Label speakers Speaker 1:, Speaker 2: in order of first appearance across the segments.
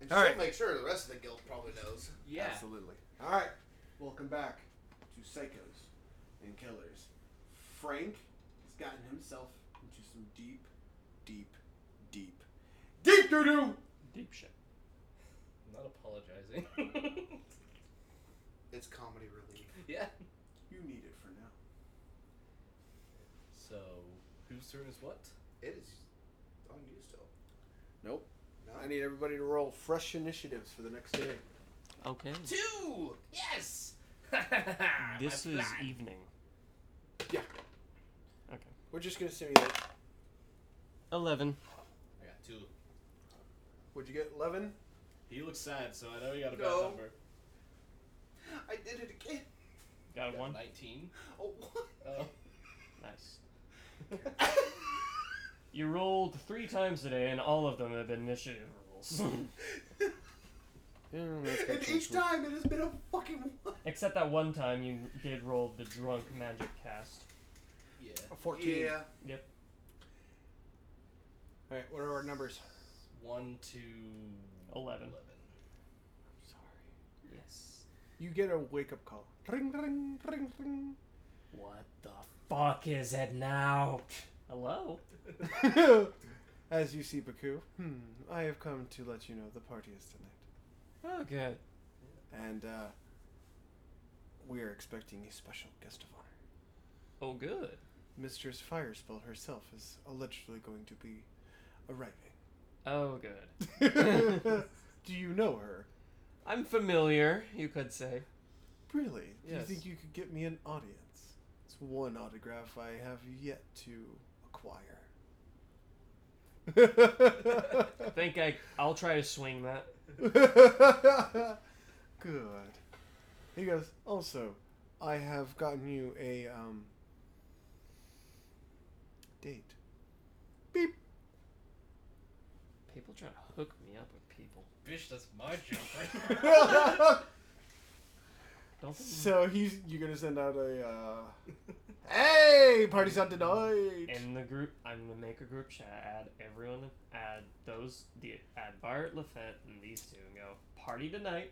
Speaker 1: And
Speaker 2: All
Speaker 1: should
Speaker 2: right.
Speaker 1: make sure the rest of the guild probably knows.
Speaker 3: Yeah.
Speaker 4: Absolutely. All right. Welcome back to Psychos and Killers. Frank has gotten himself into some deep, deep, deep, deep doo doo.
Speaker 5: Deep shit. I'm not apologizing.
Speaker 1: It's comedy relief.
Speaker 5: yeah.
Speaker 4: You need it for now.
Speaker 5: So, whose turn is what?
Speaker 1: It is on you still.
Speaker 4: Nope.
Speaker 1: No.
Speaker 4: I need everybody to roll fresh initiatives for the next day.
Speaker 6: Okay.
Speaker 5: Two! Yes!
Speaker 6: This
Speaker 5: My
Speaker 6: is
Speaker 5: plan.
Speaker 6: evening.
Speaker 4: Yeah.
Speaker 6: Okay.
Speaker 4: We're just gonna simulate.
Speaker 6: Eleven.
Speaker 5: I got two.
Speaker 4: Would you get eleven?
Speaker 5: He looks sad, so I know he got a
Speaker 1: No.
Speaker 5: bad number.
Speaker 1: I did it again.
Speaker 6: Got
Speaker 5: Got
Speaker 6: one.
Speaker 5: 19.
Speaker 1: Oh, what?
Speaker 5: Oh.
Speaker 6: Nice. You rolled three times today, and all of them have been initiative rolls.
Speaker 4: Yeah.
Speaker 1: and each time it has been a fucking one.
Speaker 6: Except that one time you did roll the drunk magic cast.
Speaker 5: yeah.
Speaker 4: Fourteen.
Speaker 1: Yeah.
Speaker 6: Yep.
Speaker 4: All right. What are our numbers?
Speaker 5: One, two,
Speaker 6: Eleven.
Speaker 5: eleven.
Speaker 4: Sorry.
Speaker 6: Yes.
Speaker 4: You get a wake up call. Ring, ring, ring, ring.
Speaker 6: What the fuck is it now? Hello?
Speaker 4: As you see, Baku, hmm, I have come to let you know the party is tonight.
Speaker 6: Oh, good.
Speaker 4: And, uh, we are expecting a special guest of honor.
Speaker 6: Oh, good.
Speaker 4: Mistress Firespell herself is allegedly going to be
Speaker 6: Oh, good.
Speaker 4: arriving. Do you know her?
Speaker 6: I'm familiar, you could say.
Speaker 4: Really? Do you
Speaker 6: Yes.
Speaker 4: think you could get me an audience? It's one autograph I have yet to acquire.
Speaker 6: Think I, I'll try to swing that.
Speaker 4: Good. He goes, also, I have gotten you a um date. Beep.
Speaker 6: People try to hook me up with people.
Speaker 5: Bish, that's my job.
Speaker 6: Don't they
Speaker 4: so he's you're gonna send out a uh Hey, party's out tonight.
Speaker 6: in the group i'm gonna make a group chat add everyone add those the add bart lafette and these two and go party tonight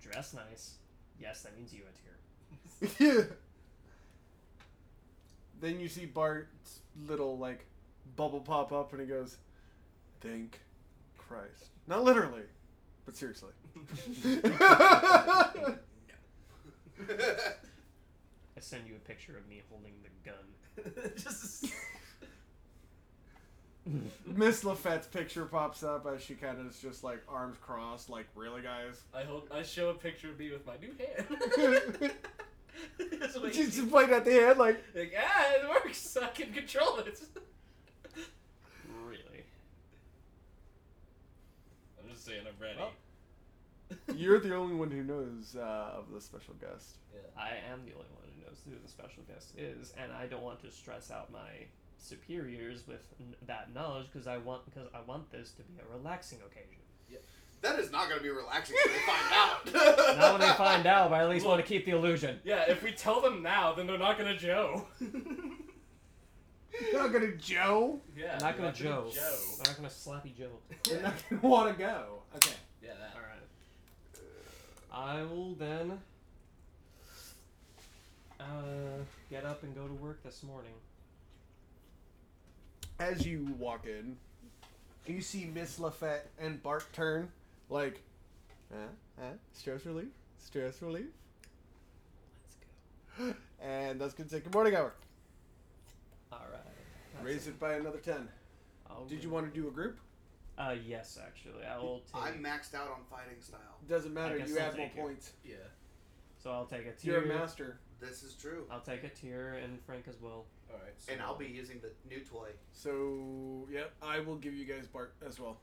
Speaker 6: dress nice yes that means you in here
Speaker 4: then you see Bart's little like bubble pop up and he goes, Thank Christ. Not literally, but seriously.
Speaker 6: i send you a picture of me holding the gun
Speaker 5: Just.
Speaker 4: Miss LaFette's picture pops up as she kind of is just like arms crossed, like really, guys.
Speaker 5: I hold. I show a picture of me with my new hand. Just wait.
Speaker 4: She's just pointing at the head, like
Speaker 5: like, ah, it works. I can control it.
Speaker 6: really
Speaker 5: I'm just saying, I'm ready.
Speaker 6: Well.
Speaker 4: you're the only one who knows uh, of the special guest.
Speaker 6: i am the only one who knows who the special guest is and i don't want to stress out my superiors with n- that knowledge because i want because i want this to be a relaxing occasion
Speaker 1: That is not going to be relaxing when they find out.
Speaker 6: not when they find out but i at least want to keep the illusion
Speaker 5: Yeah, if we tell them now, then they're not gonna Joe.
Speaker 4: You're not gonna Joe.
Speaker 5: yeah,
Speaker 6: I'm not gonna
Speaker 5: they're
Speaker 6: Joe.
Speaker 5: Joe.
Speaker 6: I'm not gonna slappy Joe.
Speaker 4: You're not gonna want to go. Okay.
Speaker 5: Yeah, that.
Speaker 6: Alright. I will then uh, get up and go to work this morning.
Speaker 4: As you walk in, you see Miss LaFette and Bart turn, like, huh? Huh? Stress relief? Stress relief?
Speaker 6: Let's go.
Speaker 4: And that's gonna take your morning hour.
Speaker 6: Alright.
Speaker 4: Raise it by another 10. Did you want to do a group?
Speaker 6: Uh, yes, actually. I will take.
Speaker 1: I'm maxed out on fighting style.
Speaker 4: Doesn't
Speaker 6: I
Speaker 4: matter,
Speaker 6: guess
Speaker 4: you
Speaker 6: I'll
Speaker 4: add more
Speaker 6: take it.
Speaker 4: points.
Speaker 5: Yeah.
Speaker 6: So I'll take a tier.
Speaker 4: You're a master.
Speaker 1: This is true.
Speaker 6: I'll take a tier and Frank as well.
Speaker 5: All right. So,
Speaker 1: And I'll be using the new toy.
Speaker 4: So, yep, I will give you guys Bart as well.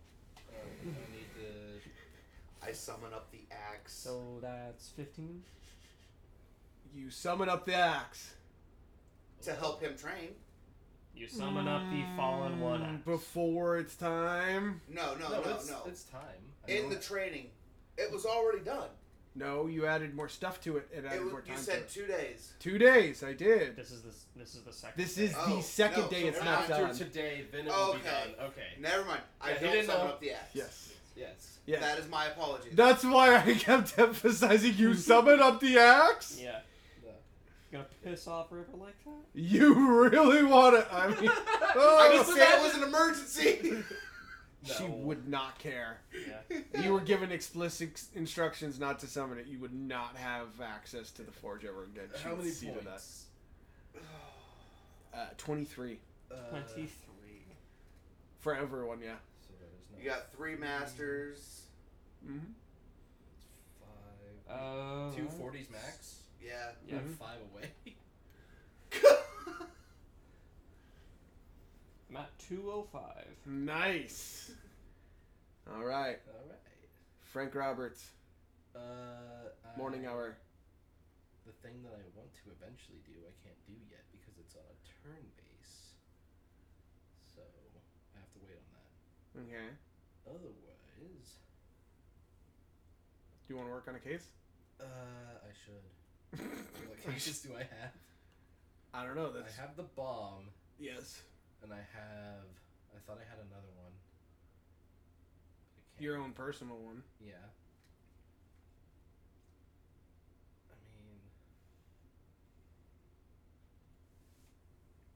Speaker 5: Uh, I need to.
Speaker 1: I summon up the axe.
Speaker 6: So that's 15.
Speaker 4: You summon up the axe.
Speaker 1: to help him train.
Speaker 6: You summon up the fallen one.
Speaker 4: Mm,
Speaker 6: axe.
Speaker 4: Before it's time.
Speaker 1: No, no,
Speaker 5: No,
Speaker 1: no, no.
Speaker 5: it's, it's time. I
Speaker 1: In
Speaker 5: know
Speaker 1: the
Speaker 5: that.
Speaker 1: training, it was already done.
Speaker 4: No, you added more stuff to it. It added
Speaker 1: It
Speaker 4: more
Speaker 1: was,
Speaker 4: time
Speaker 1: you
Speaker 4: to
Speaker 1: said
Speaker 4: it.
Speaker 1: two days.
Speaker 4: Two days, I did.
Speaker 6: This is the, s- this is the second.
Speaker 4: This is
Speaker 6: thing.
Speaker 1: Oh,
Speaker 4: the second
Speaker 1: no,
Speaker 4: day
Speaker 1: so
Speaker 4: it's
Speaker 1: we're
Speaker 4: not
Speaker 1: not
Speaker 4: done.
Speaker 5: After today, then it will be
Speaker 1: Okay.
Speaker 5: done. Okay.
Speaker 1: Never mind. I
Speaker 5: Yeah, he
Speaker 1: don't
Speaker 5: didn't
Speaker 1: summon
Speaker 5: know.
Speaker 1: up the axe.
Speaker 4: Yes.
Speaker 5: Yes.
Speaker 4: Yeah.
Speaker 1: That is my apology.
Speaker 4: That's why I kept emphasizing you summon up the axe.
Speaker 6: Yeah.
Speaker 5: No.
Speaker 6: Gonna piss off River like that?
Speaker 4: You really want to? I mean,
Speaker 1: I
Speaker 4: oh,
Speaker 1: just said it was an emergency.
Speaker 4: she
Speaker 5: No.
Speaker 4: would not care.
Speaker 6: Yeah.
Speaker 4: You were given explicit instructions not to summon it. You would not have access to the forge ever again. She
Speaker 5: How
Speaker 4: would
Speaker 5: many
Speaker 4: see to
Speaker 5: points?
Speaker 4: that. Uh, Twenty-three
Speaker 5: Uh,
Speaker 6: Twenty-three.
Speaker 4: for everyone. Yeah.
Speaker 5: so that is not
Speaker 1: you got three masters.
Speaker 4: Mm-hmm.
Speaker 5: Five.
Speaker 6: Oh.
Speaker 5: Two forties max.
Speaker 1: Yeah.
Speaker 6: Yeah.
Speaker 4: Uh-huh.
Speaker 5: I'm five away.
Speaker 6: I'm at two oh five.
Speaker 4: mm-hmm. Nice. All right,
Speaker 5: All right.
Speaker 4: Frank Roberts,
Speaker 5: Uh, I-
Speaker 4: morning hour.
Speaker 5: The thing that I want to eventually do, I can't do yet because it's on a turn base. So I have to wait on that.
Speaker 4: Okay.
Speaker 5: Otherwise,
Speaker 4: Do you want to work on a case?
Speaker 5: uh, I should. What cases do I have?
Speaker 4: I don't know. That's
Speaker 5: I have the bomb,
Speaker 4: yes.
Speaker 5: and I have. I thought I had another one. I can't-
Speaker 4: Your own personal one.
Speaker 5: Yeah. I mean.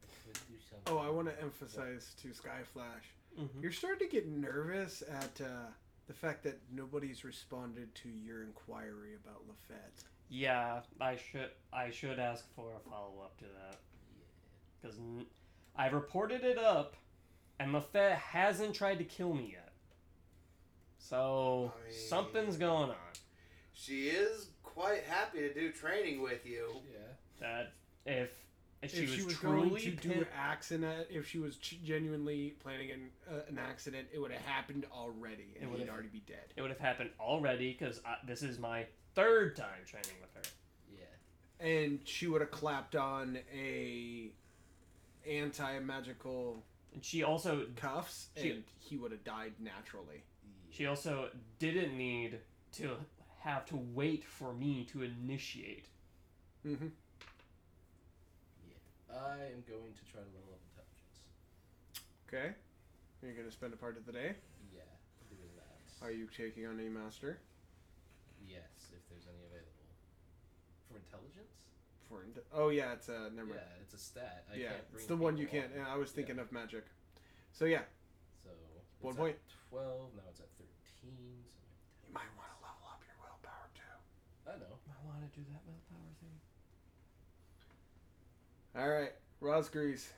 Speaker 5: I could do something.
Speaker 4: Oh, I want to emphasize to Skyflash.
Speaker 6: Mm-hmm.
Speaker 4: You're starting to get nervous at uh, the fact that nobody's responded to your inquiry about Lafette.
Speaker 6: Yeah, I should I should ask for a follow up to that because n- I reported it up, and Lafette hasn't tried to kill me yet. So
Speaker 1: I mean-
Speaker 6: something's going on.
Speaker 1: She is quite happy to do training with you.
Speaker 5: Yeah.
Speaker 6: That if if she,
Speaker 4: if
Speaker 6: was,
Speaker 4: she was
Speaker 6: truly
Speaker 4: going to do
Speaker 6: pin-
Speaker 4: an accident, if she was ch- genuinely planning an, uh, an accident, it would have happened already,
Speaker 6: It
Speaker 4: and
Speaker 6: would've-
Speaker 4: he'd already be dead.
Speaker 6: it would have happened already because this is my third time training with her.
Speaker 5: Yeah.
Speaker 4: And she would have clapped on a anti-magical
Speaker 6: And she also
Speaker 4: cuffs,
Speaker 6: She-
Speaker 4: and he would have died naturally.
Speaker 6: she also didn't need to have to wait for me to initiate.
Speaker 4: Mm-hmm.
Speaker 5: I am going to try to level up intelligence.
Speaker 4: Okay. You're gonna spend a part of the day.
Speaker 5: Yeah, doing that.
Speaker 4: Are you taking on a master
Speaker 5: Yes, if there's any available. For intelligence?
Speaker 4: for? Oh yeah, it's uh, never mind.
Speaker 5: Yeah, it's a stat. I
Speaker 4: yeah,
Speaker 5: can't bring
Speaker 4: it's the one you
Speaker 5: people
Speaker 4: can't.
Speaker 5: on.
Speaker 4: Yeah, I was thinking of magic. So yeah,
Speaker 5: So
Speaker 4: One
Speaker 5: it's
Speaker 4: point.
Speaker 5: At Twelve. Now it's at thirteen. So my
Speaker 4: you might want to level up your willpower too.
Speaker 5: I know.
Speaker 6: I want to do that willpower thing.
Speaker 4: All right, Rosgrease.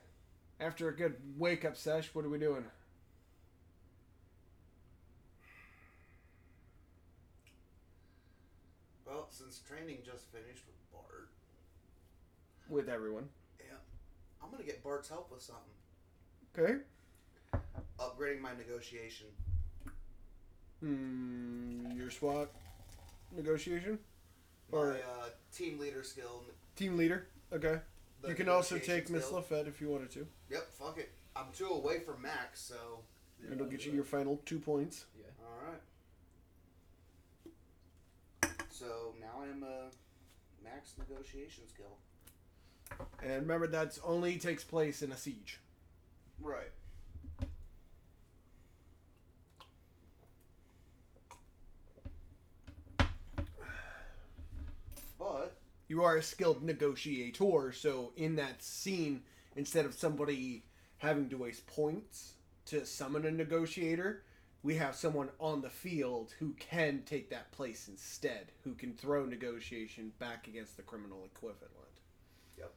Speaker 4: After a good wake up sesh, what are we doing?
Speaker 1: Well, since training just finished with Bart,
Speaker 4: With everyone.
Speaker 1: I'm gonna get Bart's help with something.
Speaker 4: Okay.
Speaker 1: Upgrading my negotiation.
Speaker 4: Hmm. Your SWAT negotiation
Speaker 1: My
Speaker 4: or
Speaker 1: uh, team leader skill.
Speaker 4: team leader. Okay.
Speaker 1: the
Speaker 4: you can also
Speaker 1: negotiation
Speaker 4: take Miss
Speaker 1: skill.
Speaker 4: Lafette if you wanted to.
Speaker 1: Yep, fuck it. I'm two away from max, so
Speaker 4: It'll get you your final two points.
Speaker 1: all right. So now I'm a max negotiation skill.
Speaker 4: And remember, that's only takes place in a siege.
Speaker 1: Right. But
Speaker 4: you are a skilled negotiator so in that scene instead of somebody having to waste points to summon a negotiator we have someone on the field who can take that place instead who can throw negotiation back against the criminal equivalent
Speaker 1: Yep.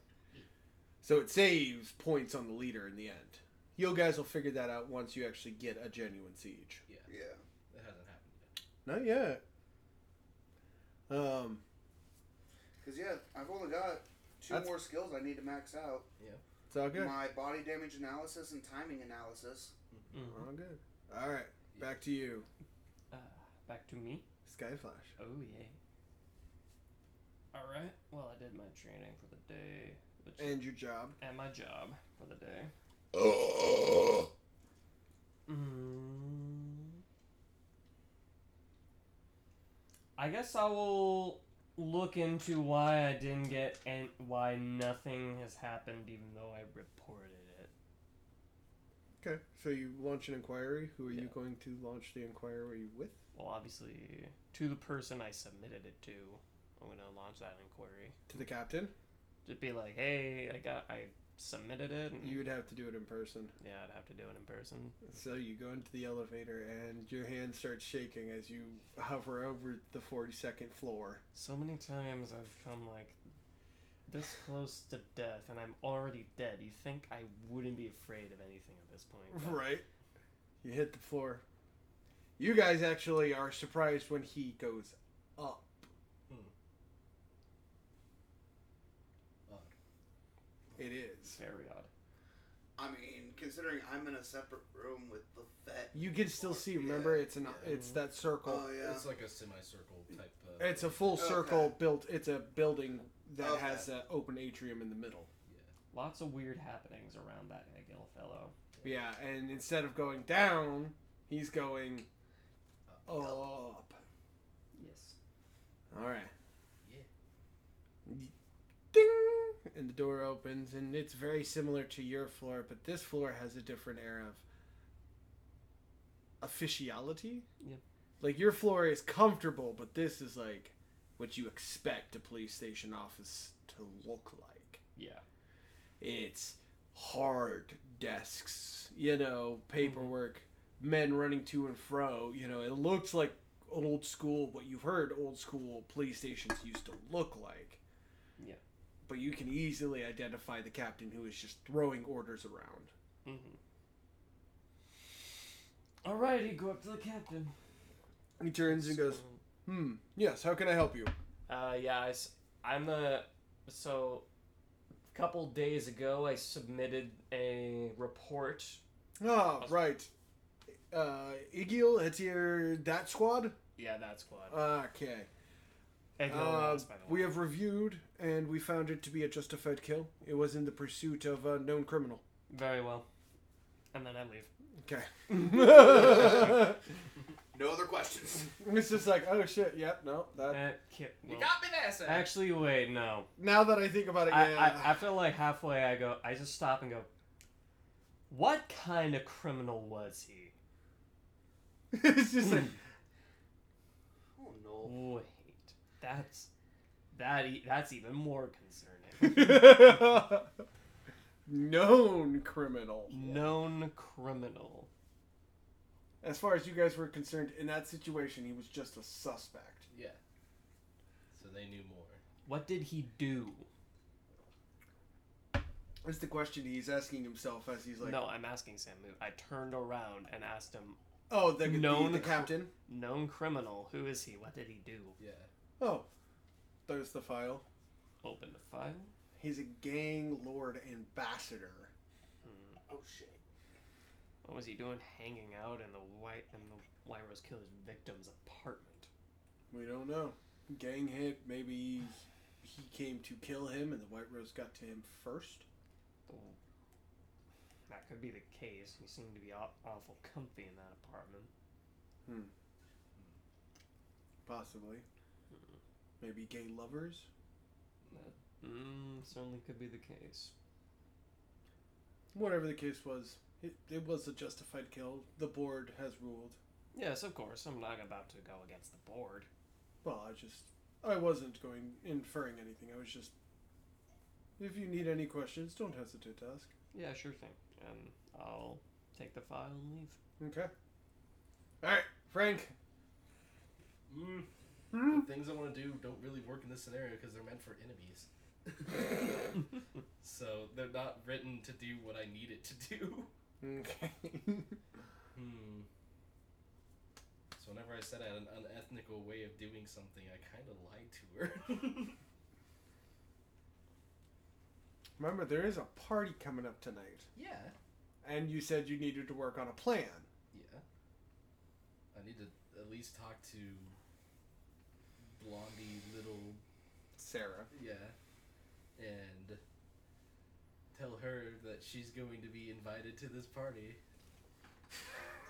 Speaker 4: so it saves points on the leader in the end you guys will figure that out once you actually get a genuine siege
Speaker 1: yeah,
Speaker 5: That hasn't happened yet.
Speaker 4: not yet um
Speaker 1: because yeah, I've only got two
Speaker 4: That's-
Speaker 1: more skills I need to max out:
Speaker 4: it's all good
Speaker 1: my body damage analysis and timing analysis.
Speaker 6: Mhm.
Speaker 4: all good all right back to you
Speaker 6: Uh, back to me.
Speaker 4: skyflash
Speaker 6: Oh yeah. All right. Well, I did my training for the day, which
Speaker 4: and your job.
Speaker 6: and my job for the day. Mm. I guess I will look into why I didn't get and why nothing has happened, even though I reported it.
Speaker 4: Okay, so you launch an inquiry. Who are you
Speaker 6: Yeah.
Speaker 4: going to launch the inquiry with?
Speaker 6: Well, obviously, to the person I submitted it to, I'm going to launch that inquiry.
Speaker 4: To the captain?
Speaker 6: Just be like, hey, I got, I submitted it. And,
Speaker 4: You would have to do it in person.
Speaker 6: yeah, I'd have to do it in person.
Speaker 4: So you go into the elevator and your hand starts shaking as you hover over the 42nd floor.
Speaker 6: So many times I've come like this close to death, and I'm already dead. You think I wouldn't be afraid of anything at this point? but-
Speaker 4: Right. You hit the floor. You guys actually are surprised when he goes up.
Speaker 5: Odd.
Speaker 4: It is.
Speaker 6: Very odd.
Speaker 1: I mean, considering I'm in a separate room with the vet.
Speaker 4: You can still see. Remember, it's an it's that circle.
Speaker 1: Oh yeah.
Speaker 5: It's like a semicircle type. Uh,
Speaker 4: It's a full
Speaker 1: Okay.
Speaker 4: circle built. It's a building that
Speaker 1: Okay.
Speaker 4: has an open atrium in the middle.
Speaker 6: Lots of weird happenings around that egg ill fellow.
Speaker 4: Yeah, and instead of going down, he's going up.
Speaker 6: Yes.
Speaker 4: All right.
Speaker 5: Yeah.
Speaker 4: Ding! And the door opens, and it's very similar to your floor, but this floor has a different air of officiality.
Speaker 6: Yep.
Speaker 4: Like your floor is comfortable, but this is like what you expect a police station office to look like.
Speaker 6: Yeah.
Speaker 4: it's hard desks, you know, paperwork, men running to and fro. You know, it looks like old school, what you've heard old school police stations used to look like.
Speaker 6: Yeah.
Speaker 4: But you can easily identify the captain who is just throwing orders around.
Speaker 6: Mm-hmm. Alrighty, go up to the captain.
Speaker 4: He turns and goes, Hmm, yes, how can I help you?
Speaker 6: Uh, yeah, I, am the. So, a couple days ago, I submitted a report.
Speaker 4: Ah, right. Uh, Igil, it's your that squad? Ah,
Speaker 6: Yeah, that squad.
Speaker 4: Okay.
Speaker 6: Egg Hill
Speaker 4: Uh,
Speaker 6: Mouse, by the way.
Speaker 4: we have reviewed and we found it to be a justified kill. It was in the pursuit of a known criminal.
Speaker 6: Very well. And then I leave.
Speaker 4: Okay.
Speaker 1: No other questions.
Speaker 4: it's just like, oh shit, yep, no. That.
Speaker 6: Uh, ki- well,
Speaker 5: me there, sir.
Speaker 6: actually, wait, no.
Speaker 4: Now that I think about it,
Speaker 6: I, I,
Speaker 4: yeah.
Speaker 6: after like halfway, I go. I just stop and go. What kind of criminal was he?
Speaker 4: it's just like,
Speaker 1: Oh no.
Speaker 6: Wait, that's that. E- that's even more concerning.
Speaker 4: known criminal.
Speaker 6: Known criminal.
Speaker 4: As far as you guys were concerned, in that situation, he was just a suspect.
Speaker 5: Yeah. So they knew more.
Speaker 6: What did he do?
Speaker 4: That's the question he's asking himself as he's like,
Speaker 6: no, I'm asking Samu. I turned around and asked him,
Speaker 4: oh, the,
Speaker 6: Known
Speaker 4: the, the
Speaker 6: cr-
Speaker 4: captain.
Speaker 6: known criminal, who is he? What did he do?
Speaker 5: Yeah.
Speaker 4: Oh, there's the file.
Speaker 6: Open the file.
Speaker 4: He's a gang lord ambassador.
Speaker 6: Hmm.
Speaker 1: Oh shit.
Speaker 6: What was he doing hanging out in the white in the White Rose Killer's victim's apartment?
Speaker 4: We don't know. Gang hit. Maybe he came to kill him, and the White Rose got to him first.
Speaker 6: Well, That could be the case. He seemed to be aw- awful comfy in that apartment.
Speaker 4: Possibly. Maybe gay lovers.
Speaker 6: Mm, certainly could be the case.
Speaker 4: Whatever the case was, it, it was a justified kill. The board has ruled.
Speaker 6: Yes, of course. I'm not about to go against the board.
Speaker 4: Well, I just. I wasn't going inferring anything. I was just. If you need any questions, don't hesitate to ask.
Speaker 6: Yeah, sure thing. And I'll take the file and leave.
Speaker 4: Okay. Alright, Frank.
Speaker 5: Mm.
Speaker 4: Hmm?
Speaker 5: The things I want to do don't really work in this scenario because they're meant for enemies. so they're not written to do what I need it to do.
Speaker 4: Okay.
Speaker 5: Hmm. So whenever I said I had an unethnical way of doing something, I kind of lied to her.
Speaker 4: Remember, there is a party coming up tonight.
Speaker 5: yeah.
Speaker 4: And you said you needed to work on a plan.
Speaker 5: Yeah. I need to at least talk to Blondie Little
Speaker 4: Sarah.
Speaker 5: Yeah. And tell her that she's going to be invited to this party.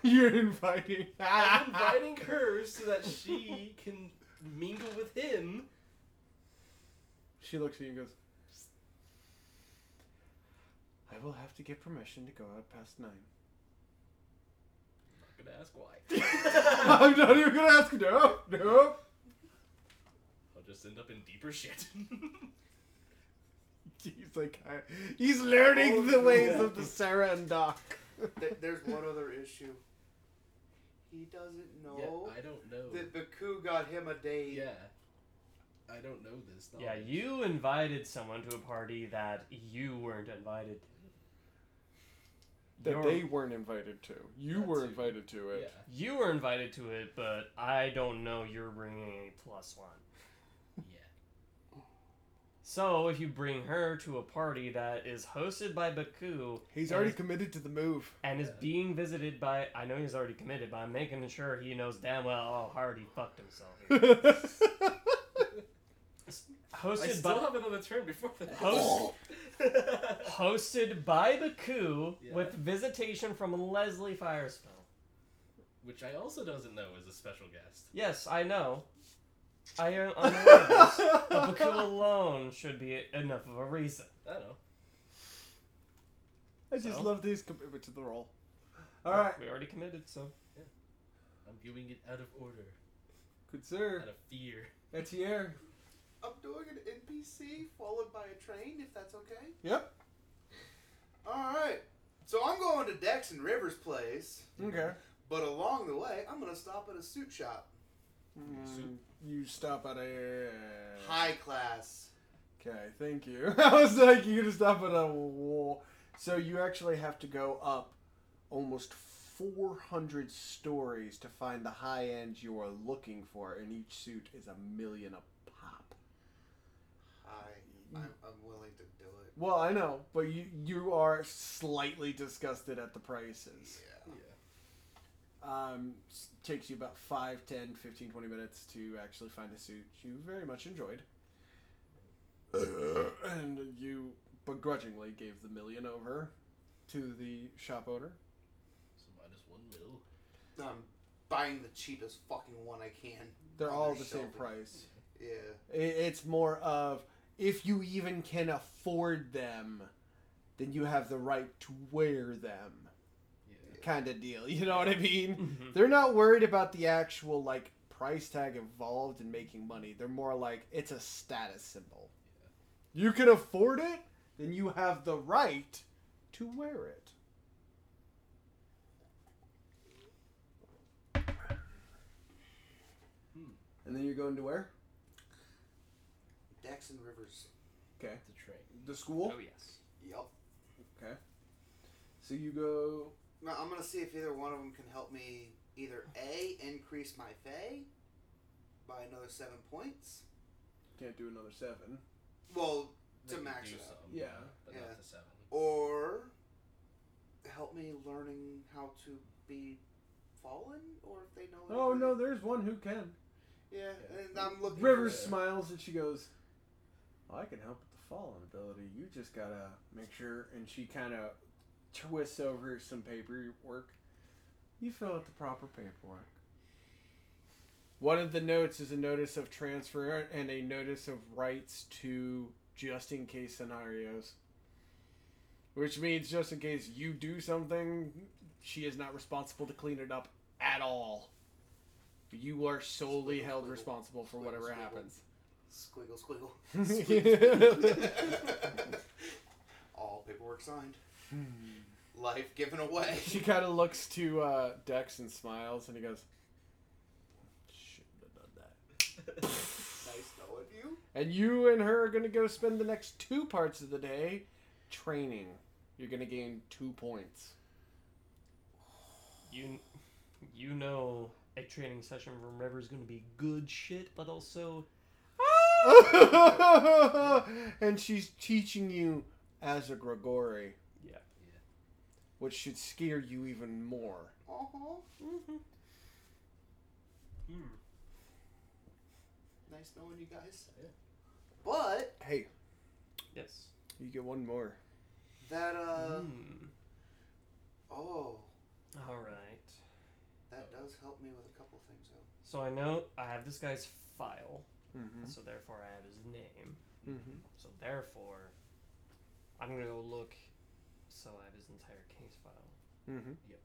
Speaker 4: You're inviting.
Speaker 5: I'm inviting her so that she can mingle with him.
Speaker 4: She looks at you and goes, I will have to get permission to go out past nine.
Speaker 5: gonna ask why.
Speaker 4: I'm not even gonna ask. No, no.
Speaker 5: I'll just end up in deeper shit.
Speaker 4: He's like, I, he's learning
Speaker 1: Oh,
Speaker 4: the ways
Speaker 1: yeah.
Speaker 4: of the Sarah and Doc.
Speaker 1: Th- there's one other issue. He doesn't know
Speaker 5: Yeah, I don't know.
Speaker 1: that Baku got him a date.
Speaker 5: Yeah. I don't know this.
Speaker 6: Yeah,
Speaker 5: knowledge.
Speaker 6: you invited someone to a party that you weren't invited to.
Speaker 4: That
Speaker 6: You're-
Speaker 4: they weren't invited to. You
Speaker 5: That
Speaker 4: were
Speaker 5: too.
Speaker 4: invited to it.
Speaker 5: Yeah,
Speaker 6: You were invited to it, but I don't know you're bringing a plus one.
Speaker 5: yeah.
Speaker 6: So if you bring her to a party that is hosted by Baku
Speaker 4: He's
Speaker 6: Yeah.
Speaker 4: already committed to the move.
Speaker 6: and is
Speaker 5: Yeah.
Speaker 6: being visited by, I know he's already committed, but I'm making sure he knows damn well how hard he fucked himself. here.
Speaker 5: I
Speaker 6: hosted
Speaker 5: still
Speaker 6: by
Speaker 5: have another turn before that.
Speaker 4: Oh.
Speaker 6: Host- hosted by Baku
Speaker 5: Yeah.
Speaker 6: with visitation from Leslie Firespell.
Speaker 5: Which I also doesn't know is a special guest.
Speaker 6: Yes, I know. I am unaware of this. But Baku alone should be enough of a reason.
Speaker 5: I don't know.
Speaker 4: I just
Speaker 6: So?
Speaker 4: love this commitment to the role.
Speaker 7: All right.
Speaker 6: We already committed, so.
Speaker 5: I'm doing it out of order,
Speaker 7: Good sir.
Speaker 5: out of fear.
Speaker 7: Etienne.
Speaker 1: I'm doing an NPC followed by a train, if that's okay.
Speaker 4: Yep.
Speaker 1: All right. So I'm going to Dex and Rivers' place,
Speaker 4: Okay.
Speaker 1: but along the way, I'm gonna stop at a soup shop,
Speaker 4: Mm, you stop at a.
Speaker 1: high class.
Speaker 4: Okay, thank you. I was like, you're gonna stop at a wall. So you actually have to go up almost 400 stories to find the high end you are looking for, and each suit is a million a pop.
Speaker 1: I I'm, I'm willing to do it.
Speaker 4: Well, I know, but you you are slightly disgusted at the prices.
Speaker 5: Yeah.
Speaker 1: Yeah.
Speaker 4: Um, s- takes you about 5, 10, 15, 20 minutes to actually find a suit you very much enjoyed. and you begrudgingly gave the million over to the shop owner.
Speaker 5: So minus one mil.
Speaker 1: I'm buying the cheapest fucking one I can.
Speaker 4: They're
Speaker 1: on
Speaker 4: all
Speaker 1: their
Speaker 4: the same
Speaker 1: shelf.
Speaker 4: price.
Speaker 1: Yeah.
Speaker 4: I- It's more of if you even can afford them, then you have the right to wear them
Speaker 5: Yeah.
Speaker 4: kind of deal. You know what I mean?
Speaker 5: Mm-hmm.
Speaker 4: They're not worried about the actual like price tag involved in making money. They're more like it's a status symbol. You can afford it, then you have the right to wear it.
Speaker 5: Hmm.
Speaker 4: And then you're going to where?
Speaker 1: Dex and Rivers.
Speaker 5: The train.
Speaker 4: The school.
Speaker 6: Oh, yes.
Speaker 1: Yep.
Speaker 4: So you go.
Speaker 1: Now, I'm gonna see if either one of them can help me either a increase my fey by another seven points.
Speaker 4: Can't do another seven.
Speaker 1: Well,
Speaker 5: They
Speaker 1: To
Speaker 5: can
Speaker 1: max
Speaker 5: do
Speaker 1: it out.
Speaker 5: some,
Speaker 4: Yeah.
Speaker 5: But
Speaker 1: Yeah.
Speaker 5: not to seven.
Speaker 1: or help me learning how to be fallen, or if they know.
Speaker 4: Oh no,
Speaker 1: anybody.
Speaker 4: there's one who can.
Speaker 1: Yeah, and I'm looking.
Speaker 4: Rivers
Speaker 5: Yeah.
Speaker 4: smiles and she goes, "I can help with the fallen ability. You just gotta make sure." And she kind of twists over some paperwork. You fill out the proper paperwork. One of the notes is a notice of transfer and a notice of rights to just in case scenarios. Which means just in case you do something, she is not responsible to clean it up at all. You are solely
Speaker 1: Squiggle,
Speaker 4: held
Speaker 1: squiggle.
Speaker 4: responsible for
Speaker 1: Squiggle,
Speaker 4: whatever
Speaker 1: squiggle.
Speaker 4: happens.
Speaker 1: Squiggle, squiggle. All paperwork signed. Life given away.
Speaker 4: she kind of looks to uh, Dex and smiles, and he goes, "Shouldn't have done that."
Speaker 1: nice knowing you.
Speaker 4: And you and her are going to go spend the next two parts of the day training. You're going to gain two points.
Speaker 6: You, you know a training session from River's going to be good shit, but also.
Speaker 4: and she's teaching you as a Grigori.
Speaker 6: Yeah.
Speaker 5: Yeah.
Speaker 4: Which should scare you even more.
Speaker 1: Uh huh.
Speaker 4: Mm-hmm.
Speaker 5: Hmm.
Speaker 1: Nice knowing you guys.
Speaker 5: Yeah.
Speaker 1: But
Speaker 4: Hey,
Speaker 6: Yes.
Speaker 4: you get one more.
Speaker 1: that uh
Speaker 6: Mm.
Speaker 1: oh,
Speaker 6: All right.
Speaker 1: that does help me with a couple things though.
Speaker 6: So I know I have this guy's file,
Speaker 4: Mm-hmm.
Speaker 6: so therefore I have his name.
Speaker 4: Mm-hmm.
Speaker 6: So therefore, I'm gonna go look. So I have his entire case file.
Speaker 4: Mm-hmm.
Speaker 5: Yep.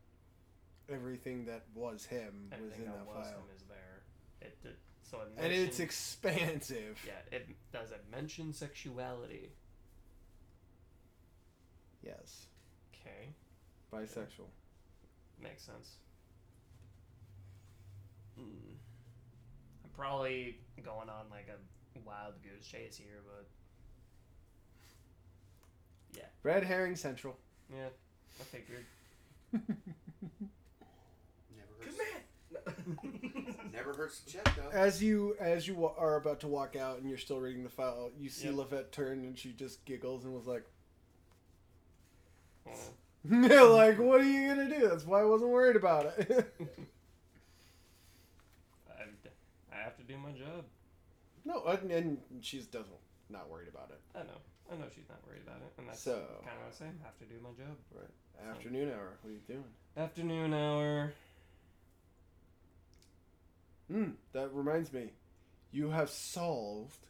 Speaker 4: everything that was him was
Speaker 6: Everything
Speaker 4: in
Speaker 6: that
Speaker 4: that
Speaker 6: was
Speaker 4: file.
Speaker 6: him is there. It did so. It
Speaker 4: And it's
Speaker 6: mentioned-
Speaker 4: expansive.
Speaker 6: yeah. It does it mention sexuality?
Speaker 4: Yes.
Speaker 6: Okay,
Speaker 4: Bisexual.
Speaker 6: makes sense. Mm. I'm probably going on like a wild goose chase here, but
Speaker 4: Red herring central.
Speaker 6: yeah, I figured.
Speaker 1: Never hurts.
Speaker 5: Good man.
Speaker 1: Never hurts to check though.
Speaker 4: As you as you wa- are about to walk out and you're still reading the file, you see
Speaker 6: Yep.
Speaker 4: Lafette turn and she just giggles and was like,
Speaker 6: Oh.
Speaker 4: like what are you gonna do? That's why I wasn't worried about it.
Speaker 6: I, I have to do my job.
Speaker 4: no, and, and she's doesn't not worried about it.
Speaker 6: I know. I know she's not worried about it, and that's
Speaker 4: So-
Speaker 6: kind of what I'm saying. I have to do my job.
Speaker 4: Afternoon hour. What are you doing?
Speaker 6: Afternoon hour.
Speaker 4: Hmm. That reminds me, you have solved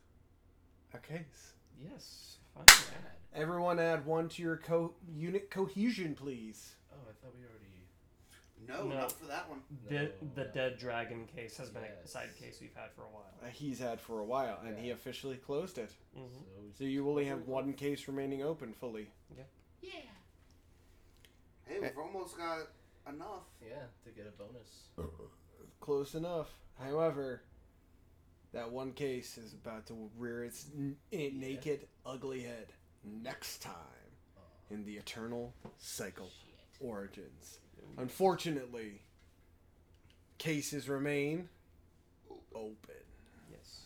Speaker 4: a case.
Speaker 6: Yes. Fine.
Speaker 5: Bad.
Speaker 4: Everyone add one to your co- unit cohesion, please.
Speaker 5: Oh, I thought we already.
Speaker 1: No,
Speaker 6: No.
Speaker 1: not for that one.
Speaker 6: De-
Speaker 5: No,
Speaker 6: the
Speaker 5: no.
Speaker 6: dead dragon case has been a
Speaker 5: Yes.
Speaker 6: side case we've had for a while.
Speaker 4: Uh, He's had for a while, and he
Speaker 5: Yeah.
Speaker 4: officially closed it.
Speaker 6: Mm-hmm.
Speaker 4: So you only have one case remaining open fully.
Speaker 5: Yeah.
Speaker 1: Hey, we've almost got enough.
Speaker 5: Yeah, to get a bonus.
Speaker 4: Close enough. However, that one case is about to rear its n- i-
Speaker 5: Yeah.
Speaker 4: naked, ugly head next time
Speaker 5: Oh,
Speaker 4: in the Eternal Cycle
Speaker 5: shit.
Speaker 4: Origins. Unfortunately, cases remain open.
Speaker 6: Yes.